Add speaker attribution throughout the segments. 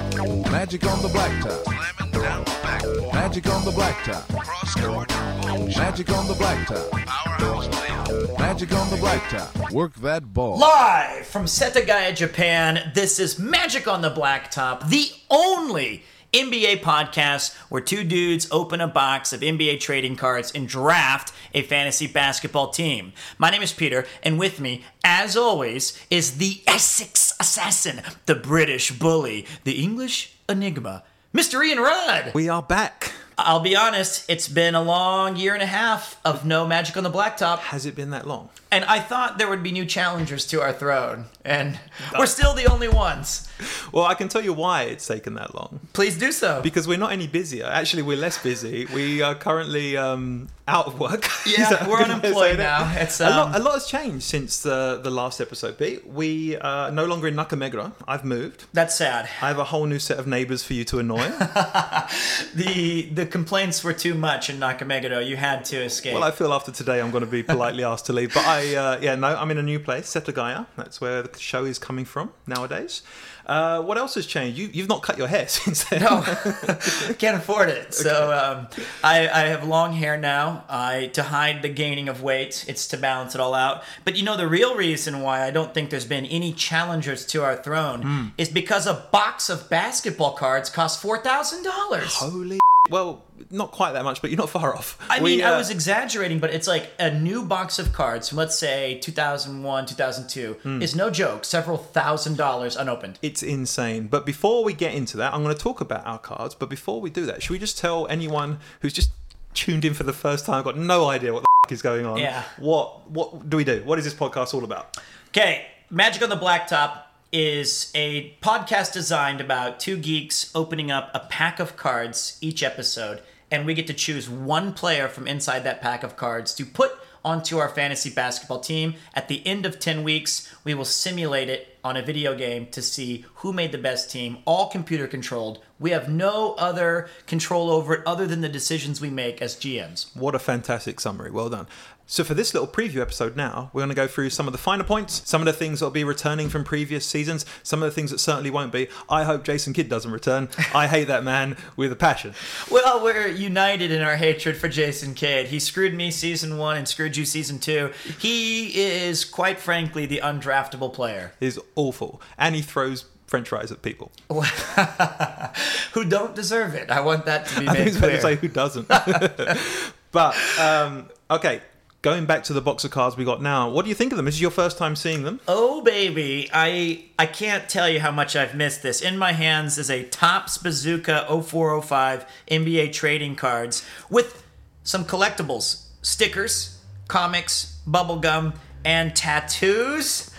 Speaker 1: Magic on the blacktop.
Speaker 2: Slamming down the backboard.
Speaker 1: Magic on the blacktop.
Speaker 2: Cross court or boom shot.
Speaker 1: Magic on the blacktop.
Speaker 2: Powerhouse player.
Speaker 1: Magic on the blacktop. Work that ball.
Speaker 3: Live from Setagaya, Japan, this is Magic on the Blacktop, the only NBA podcast where two dudes open a box of NBA trading cards and draft a fantasy basketball team. My name is Peter, and with me, as always, is the Essex assassin, the British bully, the English enigma, Mr. Ian Rudd.
Speaker 4: We are back.
Speaker 3: I'll be honest, it's been a long year and a half of no Magic on the Blacktop.
Speaker 4: Has it been that long?
Speaker 3: And I thought there would be new challengers to our throne, and we're still the only ones.
Speaker 4: Well, I can tell you why it's taken that long.
Speaker 3: Please do so.
Speaker 4: Because we're not any busier. Actually, we're less busy. We are currently um, out of work.
Speaker 3: Yeah,
Speaker 4: Is that a
Speaker 3: we're
Speaker 4: good way of
Speaker 3: unemployed
Speaker 4: saying it?
Speaker 3: now. It's,
Speaker 4: a,
Speaker 3: um,
Speaker 4: lot, a lot has changed since the, the last episode, Pete. We are no longer in Nakamegura. I've moved.
Speaker 3: That's sad.
Speaker 4: I have a whole new set of neighbours for you to annoy.
Speaker 3: The the complaints were too much in Nakameguro. You had to escape.
Speaker 4: well, I feel after today I'm going to be politely asked to leave. But I, uh, yeah, no, I'm in a new place, Setagaya. That's where the show is coming from nowadays. Uh, what else has changed? You, you've not cut your hair since then.
Speaker 3: I can't afford it. So um, I, I have long hair now. I to hide the gaining of weight. It's to balance it all out. But you know the real reason why I don't think there's been any challengers to our throne
Speaker 4: Hmm.
Speaker 3: is because a box of basketball cards cost four thousand dollars.
Speaker 4: Holy. Well, not quite that much, but you're not far off.
Speaker 3: I
Speaker 4: We,
Speaker 3: mean, I
Speaker 4: uh,
Speaker 3: was exaggerating, but it's like a new box of cards from let's say 2001, 2002
Speaker 4: Hmm.
Speaker 3: is no joke, several thousand dollars unopened.
Speaker 4: It's insane. But before we get into that, I'm going to talk about our cards. But before we do that, should we just tell anyone who's just tuned in for the first time, got no idea what the f- is going on?
Speaker 3: Yeah.
Speaker 4: What What do we do? What is this podcast all about?
Speaker 3: Okay, Magic on the Blacktop is a podcast designed about two geeks opening up a pack of cards each episode, and we get to choose one player from inside that pack of cards to put onto our fantasy basketball team. At the end of 10 weeks, we will simulate it on a video game to see who made the best team, all computer controlled. We have no other control over it other than the decisions we make as GMs.
Speaker 4: What a fantastic summary. Well done. So, for this little preview episode now, we're going to go through some of the finer points, some of the things that will be returning from previous seasons, some of the things that certainly won't be. I hope Jason Kidd doesn't return. I hate that man with a passion.
Speaker 3: Well, we're united in our hatred for Jason Kidd. He screwed me season one and screwed you season two. He is, quite frankly, the undraftable player
Speaker 4: is awful. And he throws french fries at people.
Speaker 3: who don't deserve it. I want that to be
Speaker 4: I think
Speaker 3: made
Speaker 4: it's fair
Speaker 3: clear.
Speaker 4: to say who doesn't. but, um, okay, going back to the box of cards we got now, what do you think of them? This is your first time seeing them.
Speaker 3: oh baby, I I can't tell you how much I've missed this. In my hands is a Topps Bazooka 0405 NBA trading cards with some collectibles, stickers, comics, bubble gum, and tattoos.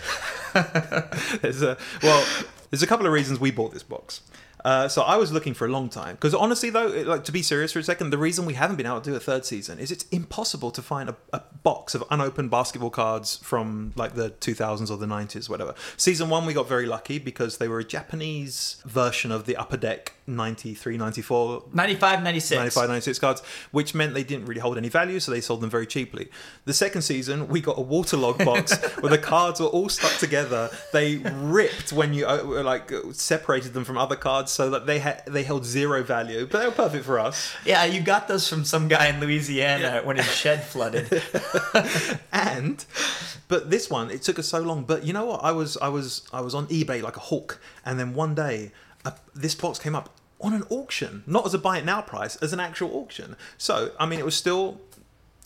Speaker 4: There's a, well, there's a couple of reasons we bought this box. Uh, so I was looking for a long time because honestly, though, it- like to be serious for a second, the reason we haven't been able to do a third season is it's impossible to find a, a box of unopened basketball cards from like the 2000s or the 90s, whatever. Season one, we got very lucky because they were a Japanese version of the Upper Deck 93, 94
Speaker 3: 95, 96.
Speaker 4: 95, 96 cards, which meant they didn't really hold any value, so they sold them very cheaply. The second season, we got a waterlogged box where the cards were all stuck together. They ripped when you uh, were, like separated them from other cards, so that they had they held zero value, but they were perfect for us.
Speaker 3: Yeah, you got those from some guy in Louisiana when his shed flooded.
Speaker 4: And but this one, it took us so long. But you know what? I was I was I was on eBay like a hawk, and then one day, uh, this box came up. On an auction, not as a buy it now price, as an actual auction. So, I mean, it was still.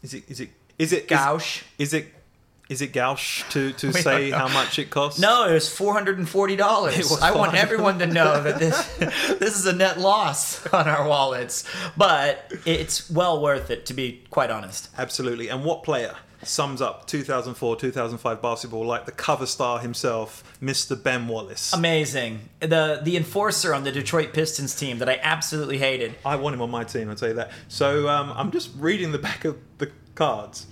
Speaker 4: Is it? Is it? Is it? is-
Speaker 3: Gouche.
Speaker 4: Is it is it gouche to, to
Speaker 3: We
Speaker 4: say
Speaker 3: don't know.
Speaker 4: how much it costs?
Speaker 3: No, it was four hundred and forty dollars.
Speaker 4: was
Speaker 3: I want
Speaker 4: 400.
Speaker 3: everyone to know that this this is a net loss on our wallets, but it's well worth it to be quite honest.
Speaker 4: Absolutely. And what player sums up 2004 2005 basketball like the cover star himself, Mr. Ben Wallace?
Speaker 3: Amazing. The the enforcer on the Detroit Pistons team that I absolutely hated.
Speaker 4: I want him on my team, I'll tell you that. So um, I'm just reading the back of the cards.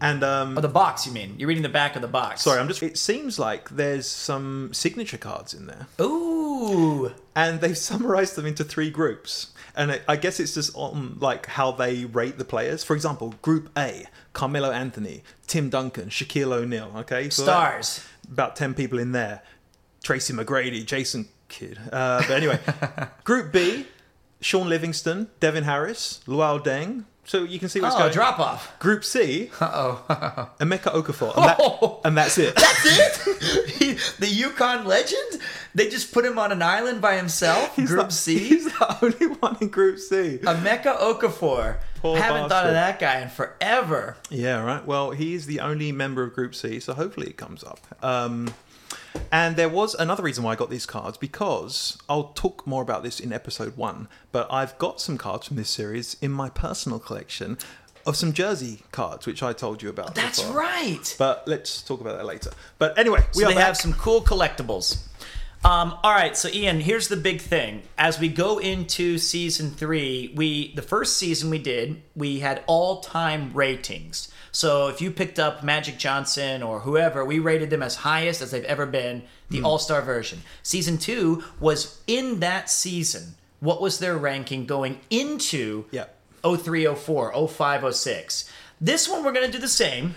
Speaker 4: And um,
Speaker 3: Oh, the box, you mean? You're reading the back of the box.
Speaker 4: sorry, I'm just. It seems like there's some signature cards in there.
Speaker 3: Ooh.
Speaker 4: and they've summarized them into three groups and I- i guess it's just on like how they rate the players for example group a carmelo anthony tim duncan shaquille o'neal okay so that-
Speaker 3: Stars.
Speaker 4: about 10 people in there tracy mcgrady jason kid. Uh, but anyway, Group B: Sean Livingston, Devin Harris, Luau Deng. So you can see what's
Speaker 3: Oh,
Speaker 4: going.
Speaker 3: drop off.
Speaker 4: Group C: Uh oh, Emeka Okafor, and, that-
Speaker 3: Oh.
Speaker 4: and that's it.
Speaker 3: That's it? He, the Yukon legend? They just put him on an island by himself, Group
Speaker 4: the-
Speaker 3: C?
Speaker 4: He's the only one in Group C.
Speaker 3: Emeka Okafor.
Speaker 4: Poor
Speaker 3: Haven't thought of
Speaker 4: bastard.
Speaker 3: that guy in forever.
Speaker 4: Yeah, right. Well, he's the only member of Group C, so hopefully it comes up. Um, and there was another reason why I got these cards because I'll talk more about this in episode one, but I've got some cards from this series in my personal collection of some jersey cards, which I told you about.
Speaker 3: That's
Speaker 4: before.
Speaker 3: right.
Speaker 4: But let's talk about that later. But anyway, we
Speaker 3: So
Speaker 4: are
Speaker 3: they
Speaker 4: back.
Speaker 3: have some cool collectibles. Um, all right, so Ian, here's the big thing. As we go into season three, we the first season we did, we had all time ratings. So if you picked up Magic Johnson or whoever, we rated them as highest as they've ever been, the
Speaker 4: Hmm.
Speaker 3: All Star version. Season two was in that season. What was their ranking going into
Speaker 4: Yeah.
Speaker 3: 03, 04, 05, 06? This one we're gonna do the same.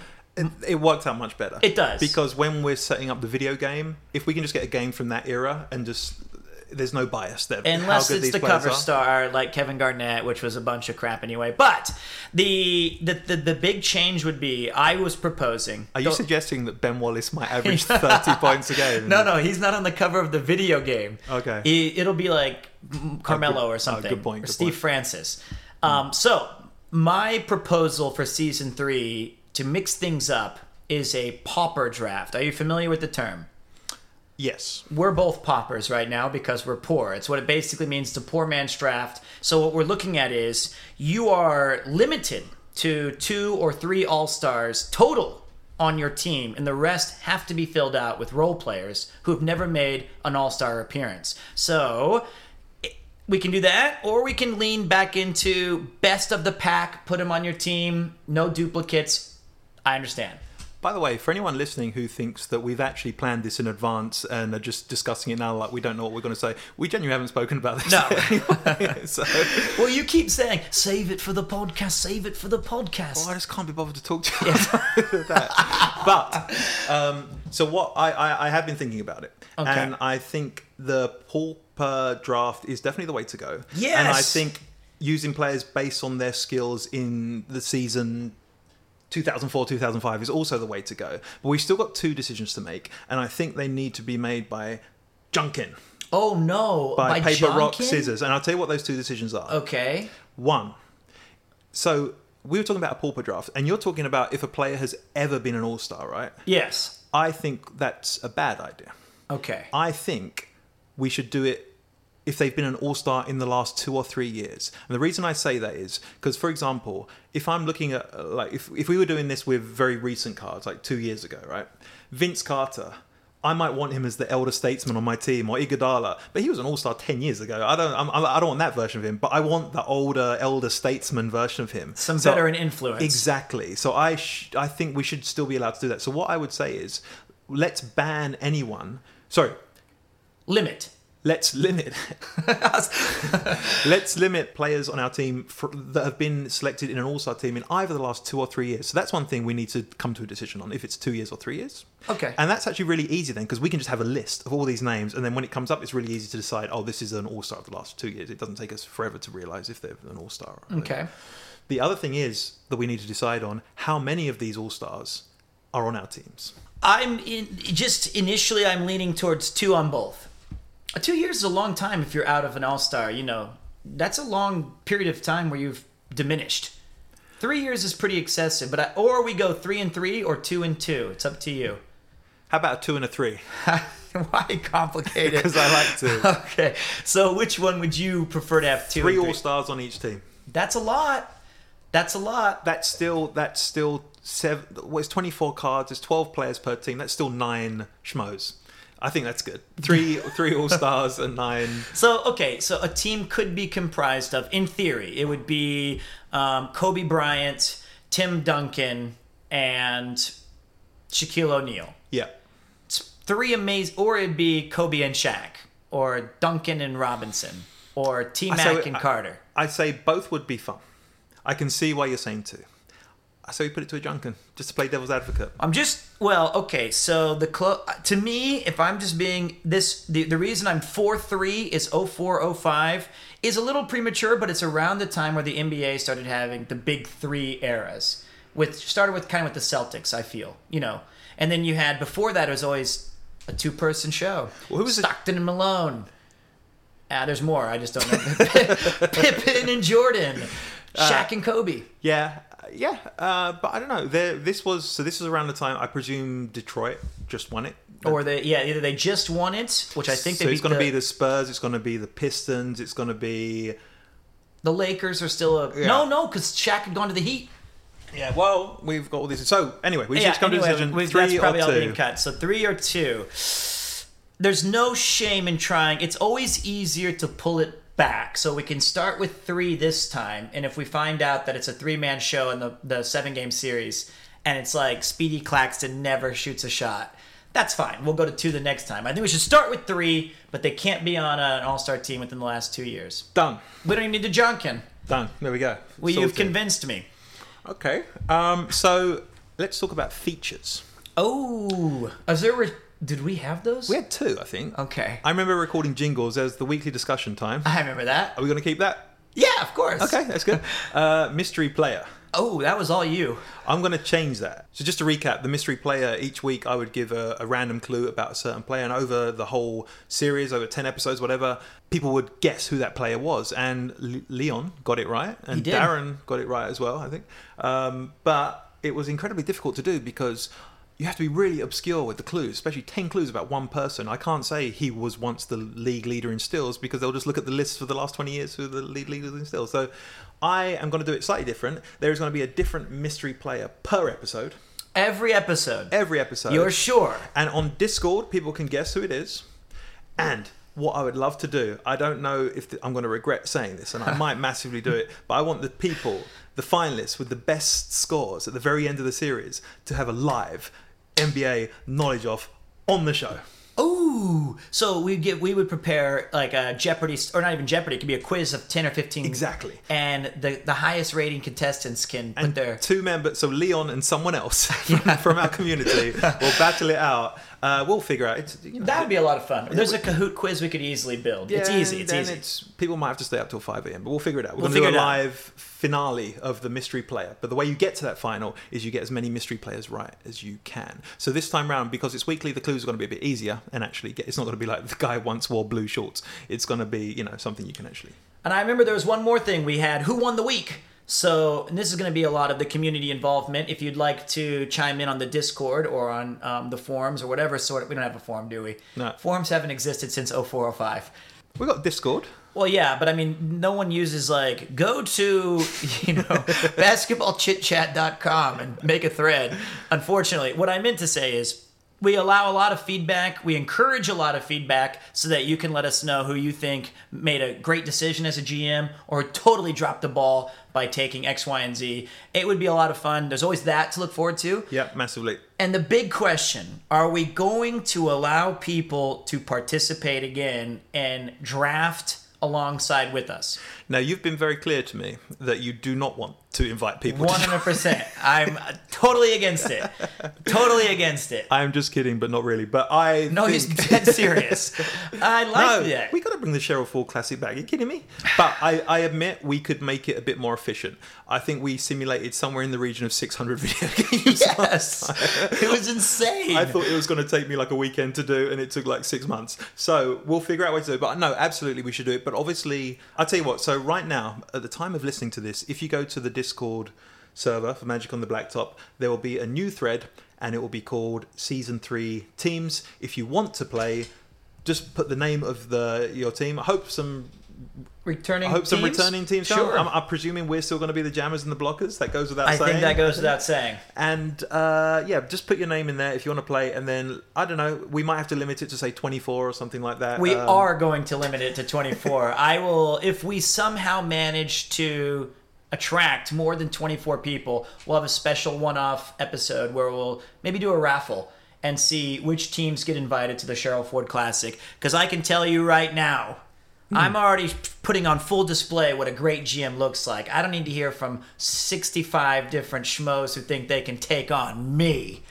Speaker 4: it worked out much better.
Speaker 3: It does.
Speaker 4: Because when we're setting up the video game, if we can just get a game from that era and just there's no bias there. how
Speaker 3: unless
Speaker 4: good
Speaker 3: it's
Speaker 4: these
Speaker 3: the
Speaker 4: players
Speaker 3: cover
Speaker 4: are.
Speaker 3: star like Kevin Garnett, which was a bunch of crap anyway. But the the the, the big change would be I was proposing.
Speaker 4: Are you suggesting that Ben Wallace might average 30 points a game?
Speaker 3: no, no, he's not on the cover of the video game.
Speaker 4: Okay.
Speaker 3: It, it'll be like mm, Carmelo
Speaker 4: good-
Speaker 3: or
Speaker 4: oh,
Speaker 3: something.
Speaker 4: good point,
Speaker 3: Or
Speaker 4: good
Speaker 3: Steve
Speaker 4: point.
Speaker 3: Francis. Um, so my proposal for season three to mix things up is a pauper draft. Are you familiar with the term?
Speaker 4: Yes.
Speaker 3: we're both paupers right now because we're poor. It's what it basically means to poor man's draft. So what we're looking at is you are limited to two or three all stars total on your team, and the rest have to be filled out with role players who have never made an all star appearance. So we can do that, or we can lean back into best of the pack, put them on your team, no duplicates. I understand.
Speaker 4: By the way, for anyone listening who thinks that we've actually planned this in advance and are just discussing it now like we don't know what we're going to say, we genuinely haven't spoken about this.
Speaker 3: No.
Speaker 4: anyway. so, well,
Speaker 3: Well, you keep saying, save it for the podcast, save it for the podcast.
Speaker 4: I just can't be bothered to talk to you about that. But, um, so what, I, I, I have been thinking about it.
Speaker 3: Okay.
Speaker 4: And I think the pauper draft is definitely the way to go. And I
Speaker 3: Yes.
Speaker 4: think using players based on their skills in the season 2004 2005 is also the way to go but we've still got two decisions to make and i think they need to be made by junkin
Speaker 3: Oh no!
Speaker 4: by, paper rock
Speaker 3: Jonkin?
Speaker 4: scissors and i'll tell you what those two decisions are
Speaker 3: Oh. Okay.
Speaker 4: one so we were talking about a pauper draft and you're talking about if a player has ever been an all-star right
Speaker 3: Yes.
Speaker 4: i think that's a bad idea
Speaker 3: Okay.
Speaker 4: I think we should do it if they've been an all star in the last two or three years. And the reason I say that is because, for example, if I'm looking at, uh, like, if, if we were doing this with very recent cards, like two years ago, right? Vince Carter. I might want him as the elder statesman on my team, or Iguodala, but he was an all-star ten years ago. I don't, I'm, I'm- I don't want that version of him, but I want the older elder statesman version of him.
Speaker 3: Some
Speaker 4: So-
Speaker 3: veteran influence.
Speaker 4: Exactly. So I sh- I think we should still be allowed to do that. So what I would say is, let's ban anyone. Sorry,
Speaker 3: Limit.
Speaker 4: let's limit. let's limit players on our team for, that have been selected in an All Star team in either the last two or three years. So that's one thing we need to come to a decision on if it's two years or three years.
Speaker 3: Okay.
Speaker 4: And that's actually really easy then because we can just have a list of all these names, and then when it comes up, it's really easy to decide. Oh, this is an All Star of the last two years. It doesn't take us forever to realize if they're an All Star.
Speaker 3: Okay.
Speaker 4: The other thing is that we need to decide on how many of these All Stars are on our teams.
Speaker 3: I'm in, just initially I'm leaning towards two on both. Uh, Two years is a long time if you're out of an all star. You know, that's a long period of time where you've diminished. Three years is pretty excessive, but I, or we go three and three or two and two. It's up to you.
Speaker 4: How about a two and a three?
Speaker 3: Why complicate it?
Speaker 4: Because I like to.
Speaker 3: okay, so which one would you prefer to have two?
Speaker 4: Three
Speaker 3: and
Speaker 4: All Stars on each team.
Speaker 3: That's a lot. That's a lot.
Speaker 4: that's still that's still seven. Well, it's twenty four cards. It's twelve players per team. That's still nine schmoes. I think that's good. Three three all stars and nine.
Speaker 3: So okay, so a team could be comprised of, in theory, it would be um, Kobe Bryant, Tim Duncan, and Shaquille O'Neal.
Speaker 4: Yeah,
Speaker 3: It's three amazing, or it'd be Kobe and Shaq, or Duncan and Robinson, or T Mac
Speaker 4: So,
Speaker 3: and
Speaker 4: I-
Speaker 3: Carter.
Speaker 4: I'd say both would be fun. I can see why you're saying two. I say we put it to a Junkin just to play devil's advocate.
Speaker 3: I'm just well, okay. So the clo- to me, if I'm just being this, the, the reason I'm four three is 0405 is a little premature, but it's around the time where the NBA started having the big three eras, which started with kind of with the Celtics. I feel you know, and then you had before that it was always a two person show.
Speaker 4: Well, who was it-
Speaker 3: Stockton and Malone? Ah, there's more. I just don't know. Pippen and Jordan, Shaq and Kobe.
Speaker 4: Uh, Yeah, uh, yeah, uh, but I don't know. There, this was so. This was around the time I presume Detroit just won it.
Speaker 3: Or they, yeah, either they just won it, which I think they
Speaker 4: so
Speaker 3: beat
Speaker 4: it's going to
Speaker 3: the-
Speaker 4: be the Spurs. It's going to be the Pistons. It's going to be
Speaker 3: The Lakers are still a
Speaker 4: Yeah.
Speaker 3: no, no, because Shaq had gone to the Heat.
Speaker 4: yeah. Well, we've got all these. So anyway, we just come to a
Speaker 3: anyway,
Speaker 4: decision.
Speaker 3: we-
Speaker 4: three
Speaker 3: that's probably
Speaker 4: or
Speaker 3: all
Speaker 4: two.
Speaker 3: being cut. So three or two. There's no shame in trying. It's always easier to pull it back. So we can start with three this time, and if we find out that it's a three-man show in the the seven-game series, and it's like Speedy Claxton never shoots a shot. That's fine. We'll go to two the next time. I think we should start with three, but they can't be on a, an all-star team within the last two years.
Speaker 4: Done.
Speaker 3: We don't even need to junkin.
Speaker 4: Done. There we go.
Speaker 3: Well, you've
Speaker 4: Sorted.
Speaker 3: convinced me.
Speaker 4: Okay. Um, so let's talk about features.
Speaker 3: Oh, is there? Re- did we have those?
Speaker 4: We had two, I think.
Speaker 3: okay. Uh-huh.
Speaker 4: I remember recording jingles as the weekly discussion time.
Speaker 3: I remember that.
Speaker 4: Are we going to keep that?
Speaker 3: Yeah, of course.
Speaker 4: Okay, that's good. Uh, mystery player.
Speaker 3: Oh, that was all you.
Speaker 4: I'm going to change that. So just to recap, the mystery player each week I would give a, a random clue about a certain player, and over the whole series, over ten episodes, whatever, people would guess who that player was. And L- Leon got it right, and
Speaker 3: did.
Speaker 4: Darren got it right as well, I think. Um, but it was incredibly difficult to do because. You have to be really obscure with the clues, especially 10 clues about one person. I can't say he was once the league leader in steals because they'll just look at the list for the last 20 years who the league leaders in steals. So I am going to do it slightly different. There is going to be a different mystery player per episode,
Speaker 3: Every episode.
Speaker 4: every episode.
Speaker 3: You're sure.
Speaker 4: and on Discord, people can guess who it is. And what I would love to do, I don't know if th- I'm going to regret saying this, and I might massively do it, but I want the people, the finalists with the best scores at the very end of the series, to have a live NBA knowledge off on the show.
Speaker 3: Ooh. So we get we would prepare like a Jeopardy or not even Jeopardy. It could be a quiz of ten or fifteen.
Speaker 4: Exactly.
Speaker 3: And the the highest rating contestants can put
Speaker 4: And
Speaker 3: their
Speaker 4: two members, so Leon and someone else from, from our community, will battle it out. Uh, we'll figure out. It's, you know,
Speaker 3: that would be a lot of fun. There's a Kahoot quiz we could easily build. it's
Speaker 4: Yeah,
Speaker 3: easy. It's
Speaker 4: then
Speaker 3: easy.
Speaker 4: It's, people might have to stay up till 5 a.m., but we'll figure it out. We're
Speaker 3: We'll
Speaker 4: going to do
Speaker 3: figure
Speaker 4: a
Speaker 3: it out.
Speaker 4: live finale of the mystery player. But the way you get to that final is you get as many mystery players right as you can. So this time round, because it's weekly, the clues are going to be a bit easier and actually get, it's not going to be like the guy once wore blue shorts. It's going to be, you know, something you can actually.
Speaker 3: And I remember there was one more thing we had who won the week? So, and this is going to be a lot of the community involvement. If you'd like to chime in on the Discord or on um, the forums or whatever sort of, we don't have a forum, do we?
Speaker 4: No.
Speaker 3: Forums haven't existed since 0405.
Speaker 4: We've got Discord.
Speaker 3: Well, yeah, but I mean, no one uses like go to, you know, basketballchitchat.com and make a thread. Unfortunately, what I meant to say is we allow a lot of feedback. We encourage a lot of feedback so that you can let us know who you think made a great decision as a GM or totally dropped the ball by taking X, Y, and Z. It would be a lot of fun. There's always that to look forward to.
Speaker 4: Yeah, massively.
Speaker 3: And the big question are we going to allow people to participate again and draft alongside with us?
Speaker 4: Now, you've been very clear to me that you do not want to invite people to
Speaker 3: 100%. I'm totally against it. Totally against it.
Speaker 4: I'm just kidding, but not really. But I
Speaker 3: No, he's
Speaker 4: think...
Speaker 3: dead serious. I like
Speaker 4: No,
Speaker 3: that.
Speaker 4: we got to bring the Cheryl Fall classic back. Are you kidding me? But I, I admit we could make it a bit more efficient. I think we simulated somewhere in the region of 600 video games.
Speaker 3: yes. It was insane.
Speaker 4: I thought it was going to take me like a weekend to do, and it took like six months. So we'll figure out what to do. But no, absolutely, we should do it. But obviously, I'll tell you what. So right now, at the time of listening to this, if you go to the Discord server for Magic on the Blacktop, there will be a new thread, and it will be called Season Three Teams. If you want to play, just put the name of the your team. I hope some
Speaker 3: returning
Speaker 4: I hope some
Speaker 3: teams?
Speaker 4: returning teams. Sure.
Speaker 3: Sure.
Speaker 4: I'm, I'm presuming we're still going to be the jammers and the blockers. That goes without
Speaker 3: I
Speaker 4: saying.
Speaker 3: think that goes without saying.
Speaker 4: And uh, yeah, just put your name in there if you want to play. And then I don't know. We might have to limit it to say 24 or something like that.
Speaker 3: We
Speaker 4: Um,
Speaker 3: are going to limit it to 24. I will, if we somehow manage to attract more than 24 people, we'll have a special one off episode where we'll maybe do a raffle and see which teams get invited to the Cheryl Ford Classic. Because I can tell you right now, I'm already putting on full display what a great GM looks like. I don't need to hear from 65 different schmoes who think they can take on me.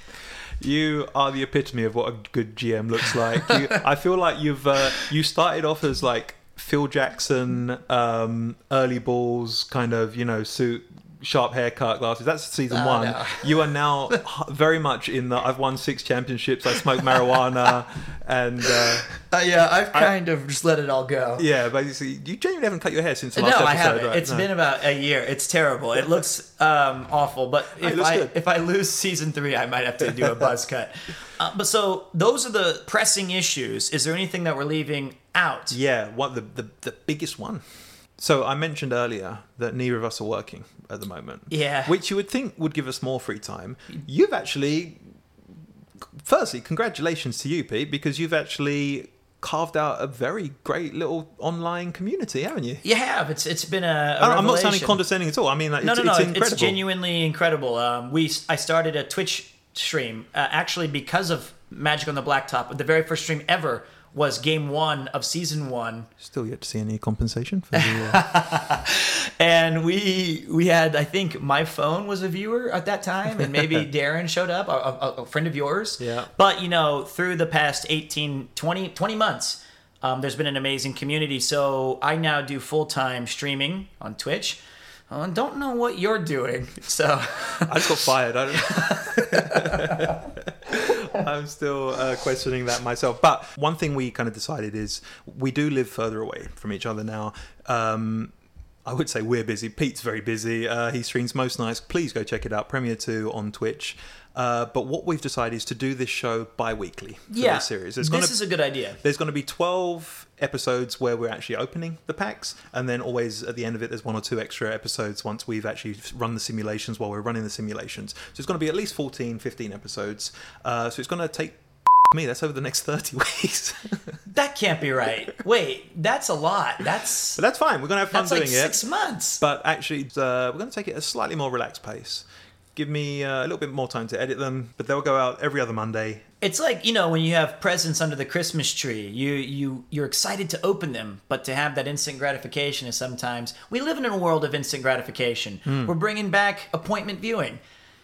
Speaker 4: You are the epitome of what a good GM looks like. You, I feel like you've uh, you started off as like Phil Jackson, um, early balls kind of you know suit, sharp haircut, glasses. That's season
Speaker 3: Oh,
Speaker 4: one.
Speaker 3: no.
Speaker 4: You are now h- very much in the I've won six championships. I smoke marijuana, and uh,
Speaker 3: Uh, yeah, I've kind of just let it all go.
Speaker 4: yeah, basically you genuinely haven't cut your hair since the
Speaker 3: No,
Speaker 4: last episode.
Speaker 3: I haven't.
Speaker 4: Right?
Speaker 3: It's
Speaker 4: No.
Speaker 3: been about a year. It's terrible. It looks um, awful. But if
Speaker 4: looks
Speaker 3: I
Speaker 4: good.
Speaker 3: if I lose season three, I might have to do a buzz cut. Uh, but so those are the pressing issues. Is there anything that we're leaving out?
Speaker 4: Yeah, what the, the the biggest one. So I mentioned earlier that neither of us are working at the moment.
Speaker 3: Yeah.
Speaker 4: Which you would think would give us more free time. You've actually firstly, congratulations to you, Pete, because you've actually carved out a very great little online community, haven't you?
Speaker 3: You have. It's it's been a. a
Speaker 4: I- I'm not sounding
Speaker 3: revelation.
Speaker 4: condescending at all. I mean, like,
Speaker 3: No,
Speaker 4: it's,
Speaker 3: no, no.
Speaker 4: it's
Speaker 3: It's,
Speaker 4: incredible.
Speaker 3: genuinely incredible. Um, we I started a Twitch stream uh, actually because of Magic on the Blacktop. The very first stream ever was game one of season one
Speaker 4: Still yet to see any compensation for the. Uh,
Speaker 3: and we we had I think my phone was a viewer at that time, and maybe Darren showed up, a, a, a friend of yours.
Speaker 4: Yeah.
Speaker 3: But you know, through the past 18, 20, 20 months, um, there's been an amazing community. So I now do full time streaming on Twitch. Uh, and don't know what you're doing, so
Speaker 4: I just got fired. I don't. I'm still uh, questioning that myself. But one thing we kind of decided is we do live further away from each other now. Um, I would say we're busy. Pete's very busy. Uh, he streams most nights. Please go check it out. Premiere 2 on Twitch. Uh, but what we've decided is to do this show bi weekly for
Speaker 3: yeah.
Speaker 4: this series.
Speaker 3: This
Speaker 4: There's gonna-
Speaker 3: is a good idea.
Speaker 4: there's going to be 12 episodes where we're actually opening the packs and then always at the end of it there's one or two extra episodes once we've actually run the simulations while we're running the simulations so it's going to be at least 14 15 episodes uh, so it's going to take me that's over the next 30 weeks
Speaker 3: That can't be right. Wait, that's a lot. That's
Speaker 4: but that's fine we're going to have fun
Speaker 3: that's
Speaker 4: doing
Speaker 3: like
Speaker 4: it
Speaker 3: six months.
Speaker 4: but actually uh, we're going to take it at a slightly more relaxed pace give me uh, a little bit more time to edit them but they'll go out every other monday
Speaker 3: It's like you know when you have presents under the Christmas tree, you you you're excited to open them, but to have that instant gratification is sometimes we live in a world of instant gratification.
Speaker 4: Hmm.
Speaker 3: We're bringing back appointment viewing.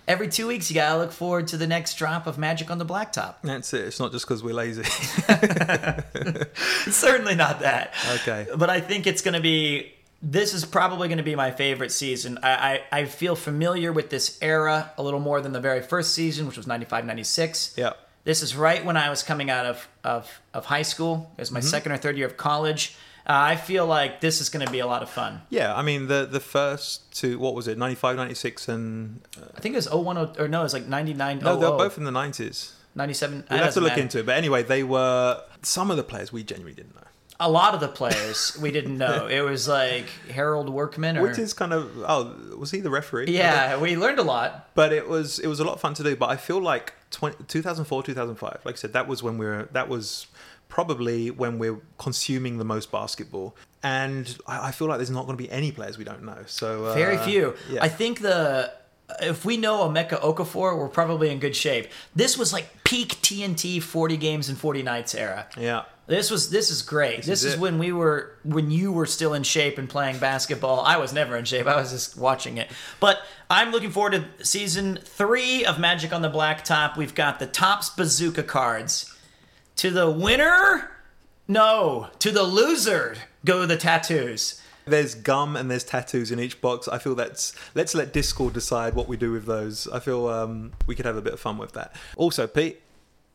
Speaker 3: Every two weeks, you gotta look forward to the next drop of Magic on the Blacktop.
Speaker 4: that's it it's not just because we're lazy
Speaker 3: It's certainly not that.
Speaker 4: Okay.
Speaker 3: but I think it's gonna be. This is probably going to be my favorite season. I, I, I feel familiar with this era a little more than the very first season, which was 95, 96.
Speaker 4: yeah
Speaker 3: This is right when I was coming out of, of, of high school. It was
Speaker 4: Mm-hmm.
Speaker 3: my second or third year of college. Uh, I feel like this is going to be a lot of fun.
Speaker 4: yeah i mean the the first two what was it 95 96 and
Speaker 3: I think it was 010, or no, it was like 99,
Speaker 4: No, they were both in the nineties.
Speaker 3: 97.
Speaker 4: We'll
Speaker 3: Oh, that
Speaker 4: have to
Speaker 3: doesn't
Speaker 4: look
Speaker 3: matter.
Speaker 4: into it. But anyway, they were some of the players we genuinely didn't know.
Speaker 3: A lot of the players we didn't know. It was like Harold Workman or.
Speaker 4: Which is kind of oh, was he the referee?
Speaker 3: yeah, we learned a lot.
Speaker 4: But it was it was a lot of fun to do. But I feel like 20, 2004, 2005, like I said, that was when we were that was probably when we're consuming the most basketball. And I, I feel like there's not going to be any players we don't know. So uh,
Speaker 3: Very few.
Speaker 4: Yeah.
Speaker 3: I think the if we know Omeka Okafor, we're probably in good shape. This was like peak TNT 40 games and 40 nights era.
Speaker 4: yeah.
Speaker 3: This was this is great. This,
Speaker 4: is
Speaker 3: is,
Speaker 4: it.
Speaker 3: when we were when you were still in shape and playing basketball. I was never in shape. I was just watching it. But I'm looking forward to season 3 of Magic on the Blacktop. We've got the Tops Bazooka cards. To the winner? No, to the loser go the tattoos.
Speaker 4: There's gum and there's tattoos in each box. I feel that's let's let Discord decide what we do with those. I feel um, we could have a bit of fun with that. Also, Pete,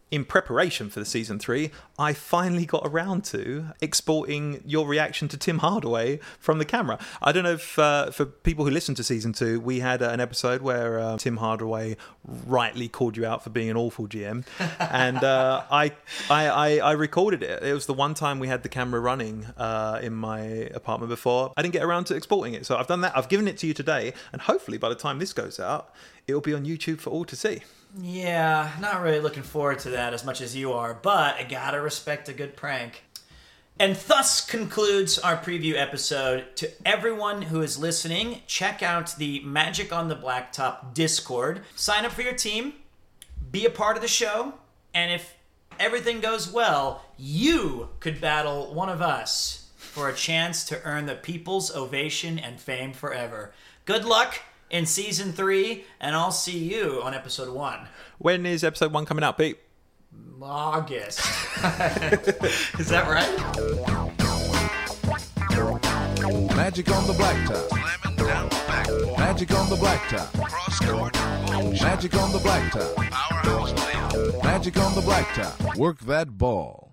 Speaker 4: in preparation for the season three, I finally got around to exporting your reaction to Tim Hardaway from the camera. I don't know if uh, for people who listened to season two, we had uh, an episode where uh, Tim Hardaway rightly called you out for being an awful GM, and uh, I, I I I recorded it. It was the one time we had the camera running uh, in my apartment before. I didn't get around to exporting it, so I've done that. I've given it to you today, and hopefully by the time this goes out, it will be on YouTube for all to see.
Speaker 3: Yeah, not really looking forward to that as much as you are, but I gotta respect a good prank. And thus concludes our preview episode. To everyone who is listening, check out the Magic on the Blacktop Discord. Sign up for your team, be a part of the show, and if everything goes well, you could battle one of us for a chance to earn the people's ovation and fame forever. Good luck in season three, and I'll see you on episode one.
Speaker 4: When is episode one coming out, Pete?
Speaker 3: August. Is that right?
Speaker 1: Magic on the blacktop.
Speaker 2: Slamming down the backboard.
Speaker 1: Magic on the blacktop.
Speaker 2: Cross court bone shot.
Speaker 1: Magic on the blacktop.
Speaker 2: Powerhouse player.
Speaker 1: Magic on the blacktop. Work that ball.